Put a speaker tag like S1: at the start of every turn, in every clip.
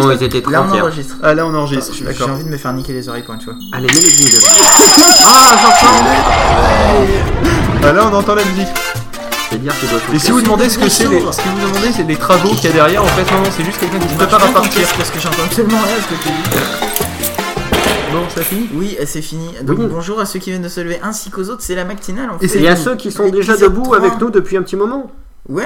S1: Non, ils étaient 30
S2: Là on
S1: hier.
S2: enregistre.
S3: Ah là on enregistre,
S2: Attends, J'ai j'ai
S3: d'accord.
S2: envie de me faire niquer les oreilles pour une fois.
S1: Allez, mets le jingle. Ah, j'entends
S3: Ah là on entend la musique.
S1: C'est dire que dois
S3: Et si vous demandez ce que c'est, les- ce que vous demandez c'est les travaux qu'il y a derrière, en fait non non c'est juste quelqu'un qui se prépare à partir.
S2: Parce que j'entends tellement rien ce que tu dis.
S3: Bon ça finit.
S2: Oui, euh, c'est fini. Donc
S1: Oui.
S2: bonjour à ceux qui viennent de se lever ainsi qu'aux autres, c'est la matinale en fait.
S1: Et à ceux qui sont déjà
S2: Épisode
S1: debout
S2: trois.
S1: avec nous depuis un petit moment.
S2: Ouais.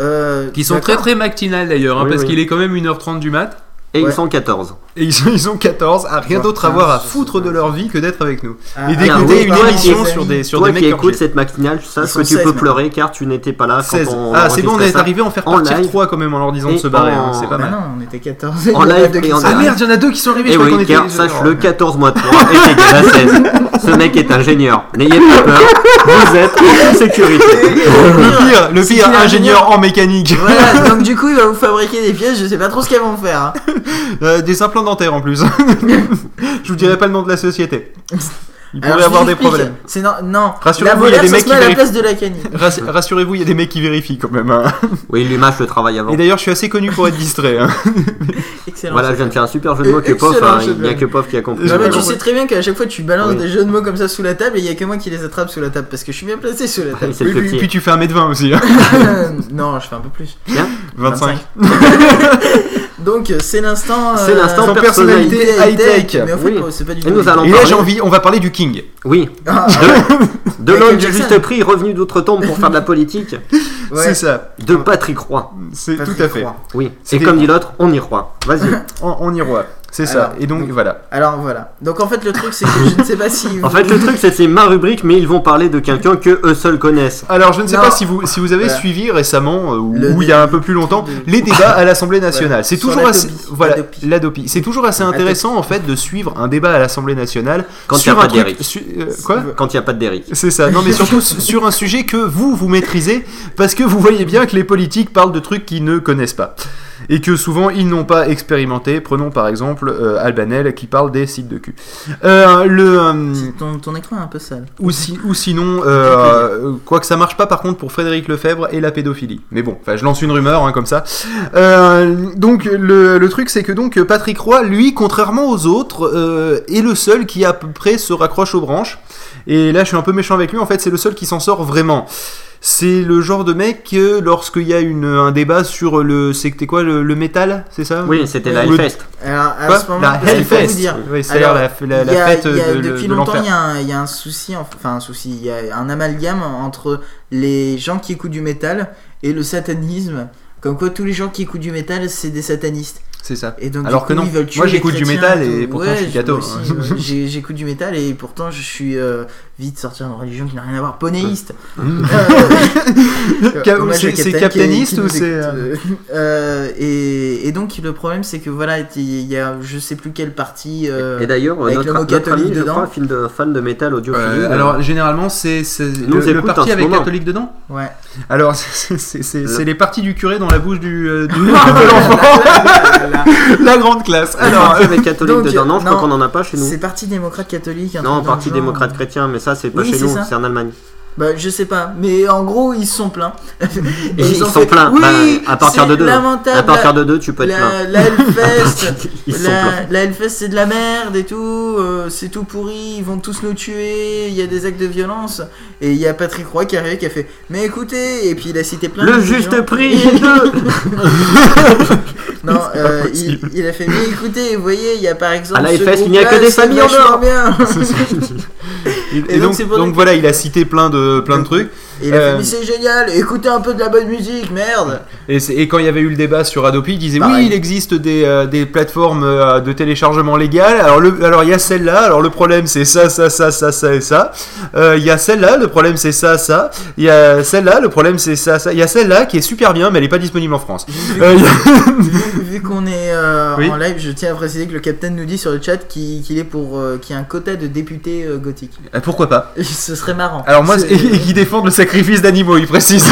S2: Euh,
S3: Qui sont très
S2: d'accord.
S3: très matinales d'ailleurs, hein,
S1: Oui,
S3: parce
S1: oui.
S3: qu'il est quand même 1h30 du mat.
S1: Et
S2: Ouais.
S1: ils sont 14.
S3: Et ils, sont- ils ont 14, à rien
S2: Voir
S3: d'autre à
S2: quinze,
S3: voir à
S2: je sais
S3: foutre
S2: pas.
S3: de leur vie que d'être avec nous.
S2: Ah,
S3: et
S2: ah,
S3: d'écouter
S2: oui,
S3: une
S2: pardon,
S3: émission
S2: les
S3: sur
S2: amis.
S3: des, sur
S1: Toi
S3: des
S1: qui
S3: mecs euh,
S1: écoutes
S3: orgies.
S1: cette matinale, je
S2: Ils
S1: sache
S2: sont
S1: que tu
S2: 16
S1: peux
S2: maintenant.
S1: pleurer car tu n'étais pas là quand
S3: 16.
S1: on
S3: Ah, c'est bon, on
S1: enregistrait
S3: est
S1: ça.
S3: arrivé à en faire
S1: en
S3: partir
S1: live.
S3: 3 quand même en leur disant de
S1: Et
S3: se barrer, hein,
S1: en-
S3: c'est pas
S2: Bah
S3: mal.
S2: non, on était 14.
S1: En live
S2: de
S1: et
S2: qui
S1: en
S2: ça
S3: Ah
S1: direct.
S2: va
S3: merde, il y en a deux qui sont arrivés,
S1: Et
S3: je crois qu'on
S1: Eh oui,
S3: était
S1: car
S3: les autres.
S1: sache-le, 14 mois de moins est égal à 16. Ce mec est ingénieur. N'ayez pas peur, vous êtes en sécurité.
S3: Le pire, le
S2: Si
S3: pire,
S2: tu l'as
S3: ingénieur en mécanique.
S2: Voilà, donc du coup, il va vous fabriquer des pièces, je sais pas trop ce qu'elles vont faire. hein.
S3: Euh, des implants dentaires en plus. je vous dirai pas le nom de la société. Ils pourraient
S2: Alors, je
S3: avoir
S2: vous
S3: des
S2: explique,
S3: problèmes.
S2: C'est non, non. La
S3: Rassurez-vous, il y a
S2: volaire,
S3: des
S2: ça
S3: mecs
S2: se
S3: qui
S2: met à la
S3: vérifient.
S2: place de la canine.
S3: Rass- Rassurez-vous, il y a des mecs qui vérifient quand même. hein.
S1: Oui, il lui mâche le travail avant.
S3: Et d'ailleurs, je suis assez connu pour être distrait. hein.
S2: Excellent.
S1: Voilà, je viens de faire un super jeu de mots que Pof,
S2: Excellent
S1: hein,
S2: jeu de
S1: il n'y a
S2: mots.
S1: que Pof qui a compris.
S2: Non, mais
S3: Voilà,
S2: tu
S3: donc-
S2: sais très bien qu'à chaque fois tu balances
S1: Oui.
S2: des jeux de mots comme ça sous la table et il y a que moi qui les attrape sous la table parce que je suis bien placé sous la table.
S1: C'est le
S3: Et puis,
S1: petit.
S3: puis tu fais 1m20 aussi. hein.
S2: non, je fais un peu plus.
S3: 25.
S2: Donc euh, c'est l'instant.
S1: C'est l'instant
S3: Sans
S1: Sans
S3: personnalité
S1: personnalité
S3: high-tech.
S2: Mais en fait,
S1: Oui.
S2: oh, c'est pas du
S1: Et
S2: tout.
S1: nous
S2: high-tech.
S1: allons-
S3: E Et là,
S1: parler.
S3: j'ai envie, on va parler du King.
S1: Oui,
S2: Ah,
S1: de l'homme du
S2: Jackson.
S1: juste prix, revenu d'outre-tombe pour faire de la politique,
S2: Ah, ouais.
S3: C'est ça.
S1: de Patrick Roy.
S3: C'est
S2: Patrick
S3: tout à fait.
S2: Roy.
S1: Oui, et
S3: C'était-
S1: comme dit l'autre, on y croit. Vas-y.
S3: On, on y voit. C'est ça.
S2: Alors,
S3: Et donc, voilà.
S2: Alors voilà. Donc en fait, le truc c'est que je ne sais pas si.
S1: En fait, le truc, c'est c'est ma rubrique, mais ils vont parler de quelqu'un que eux seuls connaissent.
S3: Alors, je ne sais
S2: Non.
S3: pas si vous, si vous avez
S2: Voilà.
S3: suivi récemment, euh, ou
S2: Le
S3: ou il y a un peu plus longtemps,
S2: débat.
S3: les débats à l'Assemblée nationale.
S2: Voilà.
S3: C'est
S2: Sur
S3: toujours assez.
S2: l'Adopi.
S3: Voilà,
S2: L'Adopi.
S3: l'Adopi. C'est toujours assez intéressant, en fait, de suivre un débat à l'Assemblée nationale.
S1: Quand il y a
S3: sur
S1: pas
S3: un truc.
S1: d'Éric.
S3: su- euh, Quoi
S1: Quand il n'y a pas de d'Eric.
S3: C'est ça, non mais surtout s- sur un sujet que vous, vous maîtrisez, parce que vous voyez bien que les politiques parlent de trucs qu'ils ne connaissent pas. Et que souvent ils n'ont pas expérimenté. Prenons par exemple euh, Albanel qui parle des sites de cul. Euh, le, euh,
S2: C'est- Ton, ton écran est un peu sale.
S3: ou, si- ou sinon, euh, quoi que ça marche pas par contre pour Frédéric Lefebvre et la pédophilie. Mais bon, enfin, je lance une rumeur hein, comme ça. Euh, donc le, le truc c'est que donc Patrick Roy, lui, contrairement aux autres, euh, est le seul qui à peu près se raccroche aux branches. Et là je suis un peu méchant avec lui, en fait c'est le seul qui s'en sort vraiment. C'est le genre de mec que lorsqu'il y a une, un débat sur le... C'était quoi le, le métal, c'est ça
S1: Oui, c'était la
S3: Le-
S1: Hellfest.
S2: Alors à
S3: Quoi
S2: ce moment,
S3: La
S2: je vais pas
S3: Hellfest.
S2: vous dire.
S3: Oui, c'est la, la, la
S2: il y a-
S3: fête
S2: il y a-
S3: de,
S2: depuis
S3: de
S2: longtemps,
S3: l'enfer.
S2: il y, a un- il y a un souci, enfin un souci, il y a un amalgame entre les gens qui écoutent du métal et le satanisme. Comme quoi, tous les gens qui écoutent du métal, c'est des satanistes.
S3: C'est ça.
S2: Et donc,
S3: Alors
S2: du
S3: que
S2: coup,
S3: non.
S2: ils veulent tuer
S3: Moi,
S2: les
S3: j'écoute du
S2: chrétiens
S3: métal
S2: tout.
S3: et pourtant, je suis
S2: Ouais,
S3: gâteau,
S2: moi aussi,
S3: hein.
S2: euh, j'ai- J'écoute du métal et pourtant, je suis euh, vite sorti d'une religion qui n'a rien à voir. Ponéiste.
S3: Mmh.
S2: Euh,
S3: Cap-
S2: hommage
S3: c'est-
S2: à
S3: c'est
S2: Captain
S3: captainiste
S2: qui- qui
S3: ou
S2: nous
S3: c'est,
S2: écoute,
S3: euh,
S2: euh, et, et donc le problème c'est que voilà il y a je sais plus quelle partie euh,
S1: Et d'ailleurs,
S2: avec
S1: notre,
S2: le mot
S1: notre ami,
S2: catholique
S1: je
S2: dedans.
S1: crois, film de, fan de métal audiophilie.
S3: Euh,
S1: euh,
S3: alors généralement c'est c'est
S1: nous
S3: le, le
S1: écoute en
S3: parti
S1: ce
S3: avec
S1: moment.
S3: catholique dedans.
S2: ouais
S3: Alors c'est- c'est c'est- c'est les parties du curé dans la bouche du, euh, du-
S2: Ah,
S3: de l'enfant.
S2: là, là, là, là.
S3: la grande classe.
S1: le
S3: Alors
S1: parti avec catholique
S2: euh, donc,
S1: dedans, non, je crois
S2: non,
S1: qu'on n'en a pas chez nous.
S2: C'est parti démocrate catholique. un
S1: Non,
S2: truc dans
S1: parti
S2: le genre.
S1: démocrate chrétien, mais ça, c'est pas
S2: Oui,
S1: chez
S2: c'est
S1: nous,
S2: ça.
S1: c'est en Allemagne.
S2: Bah, je sais pas, mais en gros, ils sont pleins.
S1: Et ils
S2: ont
S1: sont
S2: fait,
S1: pleins,
S2: Oui,
S1: bah, à partir
S2: c'est
S1: de deux.
S2: Lamentable.
S1: À partir de deux, tu peux être plein.
S2: la, la Hellfest,
S1: Ils sont pleins.
S2: la, la Hellfest c'est de la merde et tout, euh, c'est tout pourri, ils vont tous nous tuer, il y a des actes de violence. Et il y a Patrick Roy qui est arrivé qui a fait Mais écoutez, et puis il a cité plein de
S1: Le
S2: gens.
S1: juste prix est deux
S2: Non, euh, il, il a fait Mais écoutez, vous voyez, il y a par exemple.
S1: À la
S2: ce
S1: Hellfest, il n'y a que
S2: groupe-là,
S1: des
S2: c'est
S1: familles en
S2: vachement
S1: or.
S2: bien.
S3: et, et
S2: Et donc,
S3: donc
S2: c'est
S3: donc,
S2: pour les-
S3: voilà il a cité plein de plein de trucs.
S2: Et il a fait
S3: Euh,
S2: Mais c'est génial, écoutez un peu de la bonne musique, merde.
S3: Et, c'est- et quand il y avait eu le débat sur Adopi, il disait
S2: Pareil.
S3: oui, il existe des, euh, des plateformes euh, de téléchargement légal. Alors le, alors il y a celle-là. Alors le problème c'est ça, ça, ça, ça, ça et ça. Euh, Il y a celle-là. Le problème c'est ça, ça. Il y a celle-là. Le problème c'est ça, ça. Il y a celle-là qui est super bien, mais elle est pas disponible en France. Euh, il y a-
S2: Vu qu'on est euh,
S3: Oui.
S2: en live, je tiens à préciser que le capitaine nous dit sur le chat qu'il qu'il est pour euh, qu'il y a un quota de députés euh, gothiques.
S3: Euh, Pourquoi pas
S2: Ce serait marrant.
S3: Alors moi,
S2: C'est- euh,
S3: et, et qui défendent le sacrifice d'animaux, il précise.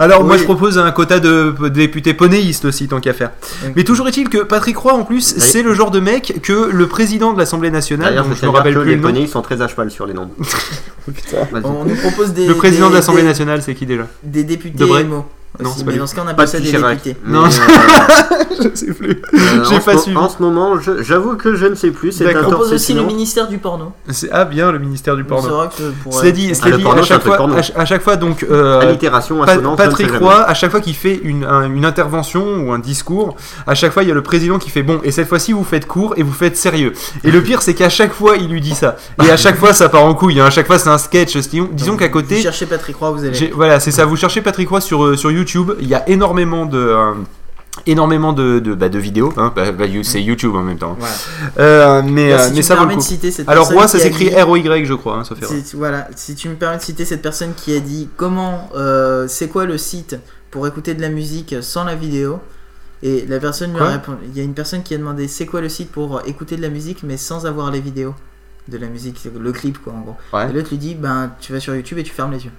S3: Alors moi,
S2: Oui.
S3: je propose un quota de p- députés ponéistes aussi, tant qu'à faire.
S2: Ok.
S3: Mais toujours est-il que Patrick Roy, en plus,
S1: Oui.
S3: c'est le genre de mec que le président de l'Assemblée nationale,
S1: D'ailleurs,
S3: dont
S1: je
S3: je
S1: tiens
S3: me
S1: à dire
S3: rappelle
S1: que
S3: plus
S1: les
S3: le nom,
S1: poneys sont très à cheval sur les nombres.
S2: Ah,
S1: Vas-y.
S2: on nous propose des
S3: le président
S2: des-
S3: de l'Assemblée
S2: des-
S3: nationale, c'est qui déjà
S2: des députés
S3: Debré.
S2: émo.
S3: Non, c'est pas
S2: mais
S3: lui.
S2: dans ce cas, on
S1: Pas
S2: appelle
S1: de
S2: bah, ça des
S1: Chirac.
S2: députés.
S1: Mais,
S3: Non.
S1: euh,
S3: Je sais plus.
S1: euh,
S3: J'ai
S1: en
S3: pas
S1: ce mo-
S3: suivi.
S1: En ce moment, je- j'avoue que je ne sais plus. C'est un
S3: D'accord.
S1: tort,
S2: On propose
S1: c'est
S2: aussi
S1: sinon.
S2: le ministère du porno.
S3: C'est ah bien le ministère du
S2: C'est
S3: porno.
S2: vrai que pour- euh,
S3: Cela dit,
S1: Ah,
S3: cela
S1: le
S3: dit,
S1: porno, c'est
S3: à
S1: un
S3: chaque
S1: truc
S3: fois,
S1: porno. Ah,
S3: à, ch- à chaque fois donc euh,
S1: Allitération,
S3: Pat-
S1: assonance.
S3: Patrick
S1: je ne sais
S3: Roy, à chaque fois qu'il fait une, un- une intervention ou un discours, à chaque fois il y a le président qui fait bon, et cette fois-ci vous faites court et vous faites sérieux. Et le pire c'est qu'à chaque fois il lui dit ça. Et à chaque fois ça part en couille, hein. à chaque fois c'est un sketch. Disons, disons qu'à
S2: Vous
S3: côté,
S2: cherchez Patrick Roy, vous allez.
S3: j'ai- voilà, c'est ça, vous cherchez Patrick Roy sur, euh, sur YouTube, il y a énormément de. euh, énormément de, de, bah, de vidéos, hein. Bah, bah, you- c'est YouTube en même temps.
S2: Voilà.
S3: Euh, mais
S2: Là, Bah, si
S3: euh,
S2: tu
S3: mais
S2: me
S3: ça vaut le
S2: permets de
S3: coup.
S2: citer cette
S3: Alors
S2: personne
S3: Roy ça
S2: qui a
S3: s'écrit
S2: dit-
S3: R-O-Y je crois, hein, sauf erreur.
S2: Si- voilà, si tu me permets de citer cette personne qui a dit comment, euh, c'est quoi le site pour écouter de la musique sans la vidéo Et la personne lui a
S3: Quoi
S2: répondu, il y a une personne qui a demandé c'est quoi le site pour écouter de la musique mais sans avoir les vidéos de la musique, c'est le clip quoi en gros.
S3: Ouais.
S2: Et l'autre lui dit ben tu vas sur YouTube et tu fermes les yeux.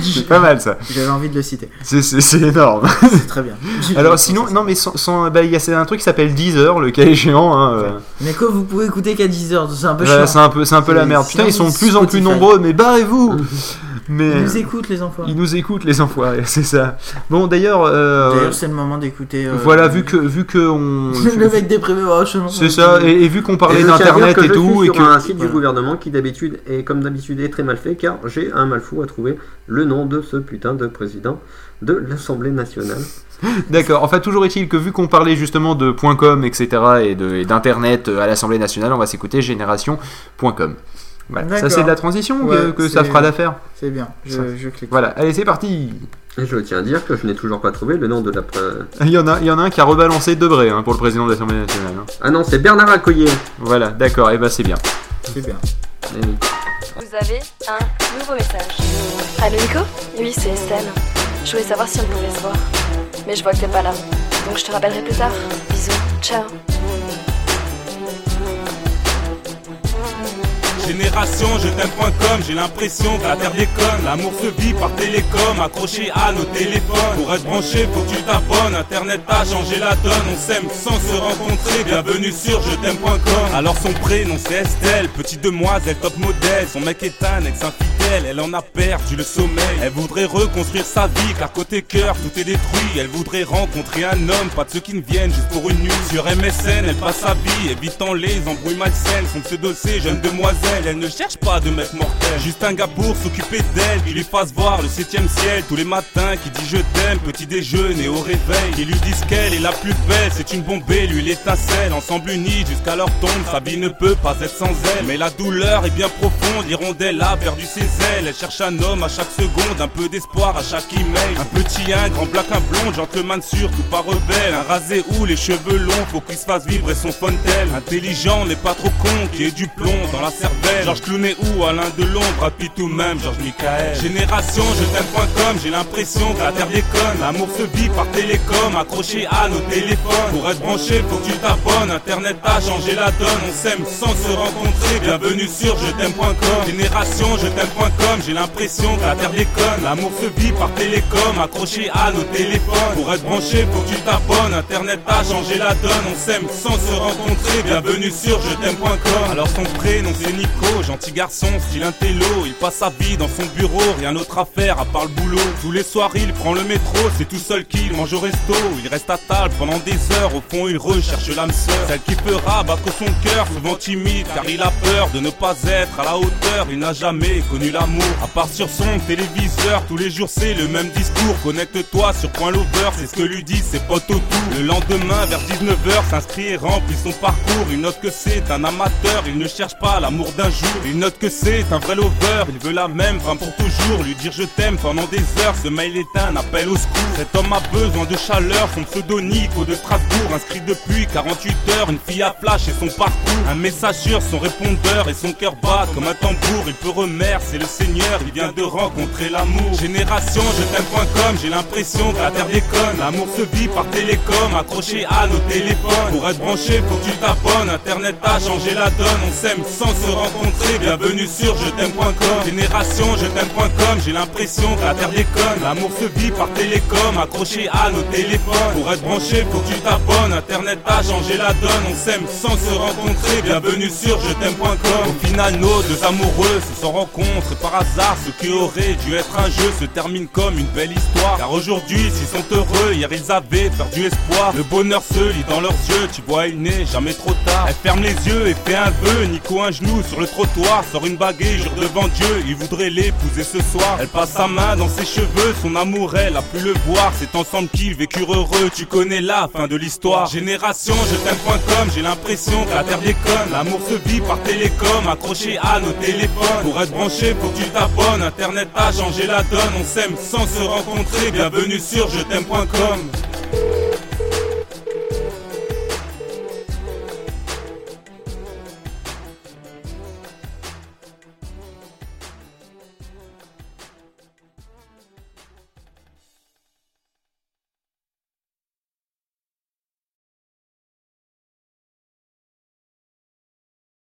S3: C'est pas mal ça,
S2: J'avais envie de le citer,
S3: C'est- c'est c'est énorme.
S2: c'est très bien.
S3: Alors sinon, non mais sans, sans- bah, il y a c'est un truc qui s'appelle Deezer, le cas échéant. hein, euh.
S2: Mais que vous pouvez écouter qu'à 10h, c'est un peu
S3: Voilà,
S2: chiant.
S3: c'est un peu, c'est un peu la
S2: C'est-
S3: merde.
S2: c'est
S3: Putain, ils sont de plus en plus
S2: Spotify. Mhm.
S3: nombreux, mais barrez-vous.
S2: Ils
S3: mais
S2: nous écoutent les enfants.
S3: ils nous écoutent les enfoirés, c'est ça. Bon d'ailleurs, euh,
S2: D'ailleurs c'est le moment d'écouter. euh,
S3: voilà vu que vu que on,
S2: le mec déprimé, oh, je m'en
S3: c'est
S2: fous.
S3: ça, et, et vu qu'on parlait
S1: je tiens à dire
S3: d'internet
S1: que
S3: et
S1: je
S3: tout,
S1: suis
S3: et
S1: sur
S3: que
S1: un site
S2: voilà.
S1: du gouvernement qui d'habitude est comme d'habitude est très mal fait car j'ai un mal fou à trouver le nom de ce putain de président de l'Assemblée nationale.
S3: D'accord. Enfin, toujours est-il que vu qu'on parlait justement de .com, etc. et de- et d'internet euh, à l'Assemblée nationale, on va s'écouter génération.com. Voilà. Ça
S2: D'accord.
S3: c'est de la transition que-
S2: Ouais,
S3: que, ça
S2: c'est-
S3: fera l'affaire.
S2: C'est bien, je, je clique.
S3: Voilà. Allez, c'est parti.
S1: Et je tiens à dire que je n'ai toujours pas trouvé le nom de la. pre-
S3: Il y en a, il y en a un qui a rebalancé Debré hein, pour le président de l'Assemblée nationale. hein.
S1: Ah non, c'est Bernard Accoyer.
S3: Voilà. D'accord. Et ben c'est bien.
S2: C'est bien.
S1: Eh oui.
S4: Vous avez un nouveau message. Allô Nico Oui, c'est Estelle. Je voulais savoir si on pouvait se voir. Mais je vois que t'es pas là. Donc je te rappellerai plus tard. Bisous. Ciao.
S5: Génération, je t'aime.com, j'ai l'impression que la terre déconne. L'amour se vit par télécom, accroché à nos téléphones. Pour être branché, faut que tu t'abonnes. Internet a changé la donne, on s'aime sans se rencontrer. Bienvenue sur je t'aime.com. Alors son prénom c'est Estelle, petite demoiselle top modèle. Son mec est un ex-infidèle, elle en a perdu le sommeil. Elle voudrait reconstruire sa vie, car côté cœur tout est détruit. Elle voudrait rencontrer un homme, pas de ceux qui ne viennent juste pour une nuit. Sur MSN, elle passe sa vie, évitant les embrouilles malsaines. Son pseudo c'est jeune demoiselle, elle ne cherche pas de mec mortel. Juste un gars pour s'occuper d'elle, qui lui fasse voir le septième ciel tous les matins, qui dit je t'aime, petit déjeuner au réveil. Qui lui disent qu'elle est la plus belle, c'est une bombée, lui l'étincelle. Ensemble unis jusqu'à leur tombe, sa vie ne peut pas être sans elle. Mais la douleur est bien profonde, l'hirondelle a perdu ses ailes. Elle cherche un homme à chaque seconde, un peu d'espoir à chaque email. Un petit, un grand black, un blond, gentleman sûr, tout pas rebelle. Un rasé ou les cheveux longs, faut qu'il se fasse vibrer son fontel. Intelligent, mais pas trop con, qui est du plomb dans la cervelle. Georges Clooney ou Alain Delon, Brad Pitt ou même Georges Michael. Génération, je t'aime.com, j'ai l'impression que la terre déconne. L'amour se vit par télécom, accroché à nos téléphones. Pour être branché, faut que tu t'abonnes. Internet a changé la donne, on s'aime sans se rencontrer. Bienvenue sur je t'aime.com. Génération, je t'aime.com, j'ai l'impression que la terre déconne. L'amour se vit par télécom, accroché à nos téléphones. Pour être branché, faut que tu t'abonnes. Internet a changé la donne, on s'aime sans se rencontrer. Bienvenue sur je t'aime.com. Alors son prénom c'est Nico, gentil garçon, style intello. Il passe sa vie dans son bureau, rien d'autre à faire à part le boulot. Tous les soirs il prend le métro, c'est tout seul qu'il mange au resto. Il reste à table pendant des heures, au fond il recherche l'âme sœur. Celle qui fera battre son cœur, souvent timide car il a peur de ne pas être à la hauteur. Il n'a jamais connu l'amour, à part sur son téléviseur. Tous les jours c'est le même discours, connecte-toi sur Point Lover, c'est ce que lui disent ses potes autour. Le lendemain vers 19h, s'inscrit et remplit son parcours. Il note que c'est un amateur, il ne cherche pas l'amour d'un jour. Il note que c'est un vrai lover, il veut la même femme pour toujours. Lui dire je t'aime pendant des heures, ce mail est un appel au secours. Cet homme a besoin de chaleur, son pseudo Nico de Strasbourg. Inscrit depuis 48 heures, une fille à flash et son parcours. Un message sur son répondeur et son cœur bat comme un tambour. Il peut remercier le Seigneur, il vient de rencontrer l'amour. Génération, je t'aime.com, j'ai l'impression que la terre déconne. L'amour se vit par télécom, accroché à nos téléphones. Pour être branché, faut que tu t'abonnes. Internet a changé la donne, on s'aime sans se rencontrer. rencontrer, bienvenue sur je t'aime.com. Génération je t'aime.com, j'ai l'impression que la terre déconne. L'amour se vit par télécom, accroché à nos téléphones. Pour être branché, faut que tu t'abonnes. Internet a changé la donne, on s'aime sans se rencontrer. Bienvenue sur je t'aime.com. Au final, nos deux amoureux se sont rencontrés par hasard. Ce qui aurait dû être un jeu se termine comme une belle histoire. Car aujourd'hui, s'ils sont heureux, hier ils avaient perdu espoir. Le bonheur se lit dans leurs yeux, tu vois, il n'est jamais trop tard. Elle ferme les yeux et fait un vœu. Nico, un genou sur le trottoir, sort une bague et jure devant Dieu. Il voudrait l'épouser ce soir. Elle passe sa main dans ses cheveux, son amour, elle a pu le voir. C'est ensemble qu'ils vécurent heureux, tu connais la fin de l'histoire. Génération, je t'aime.com, j'ai l'impression que la terre déconne. L'amour se vit par télécom, accroché à nos téléphones. Pour être branché, faut que tu t'abonnes. Internet a changé la donne, on s'aime sans se rencontrer. Bienvenue sur je t'aime.com.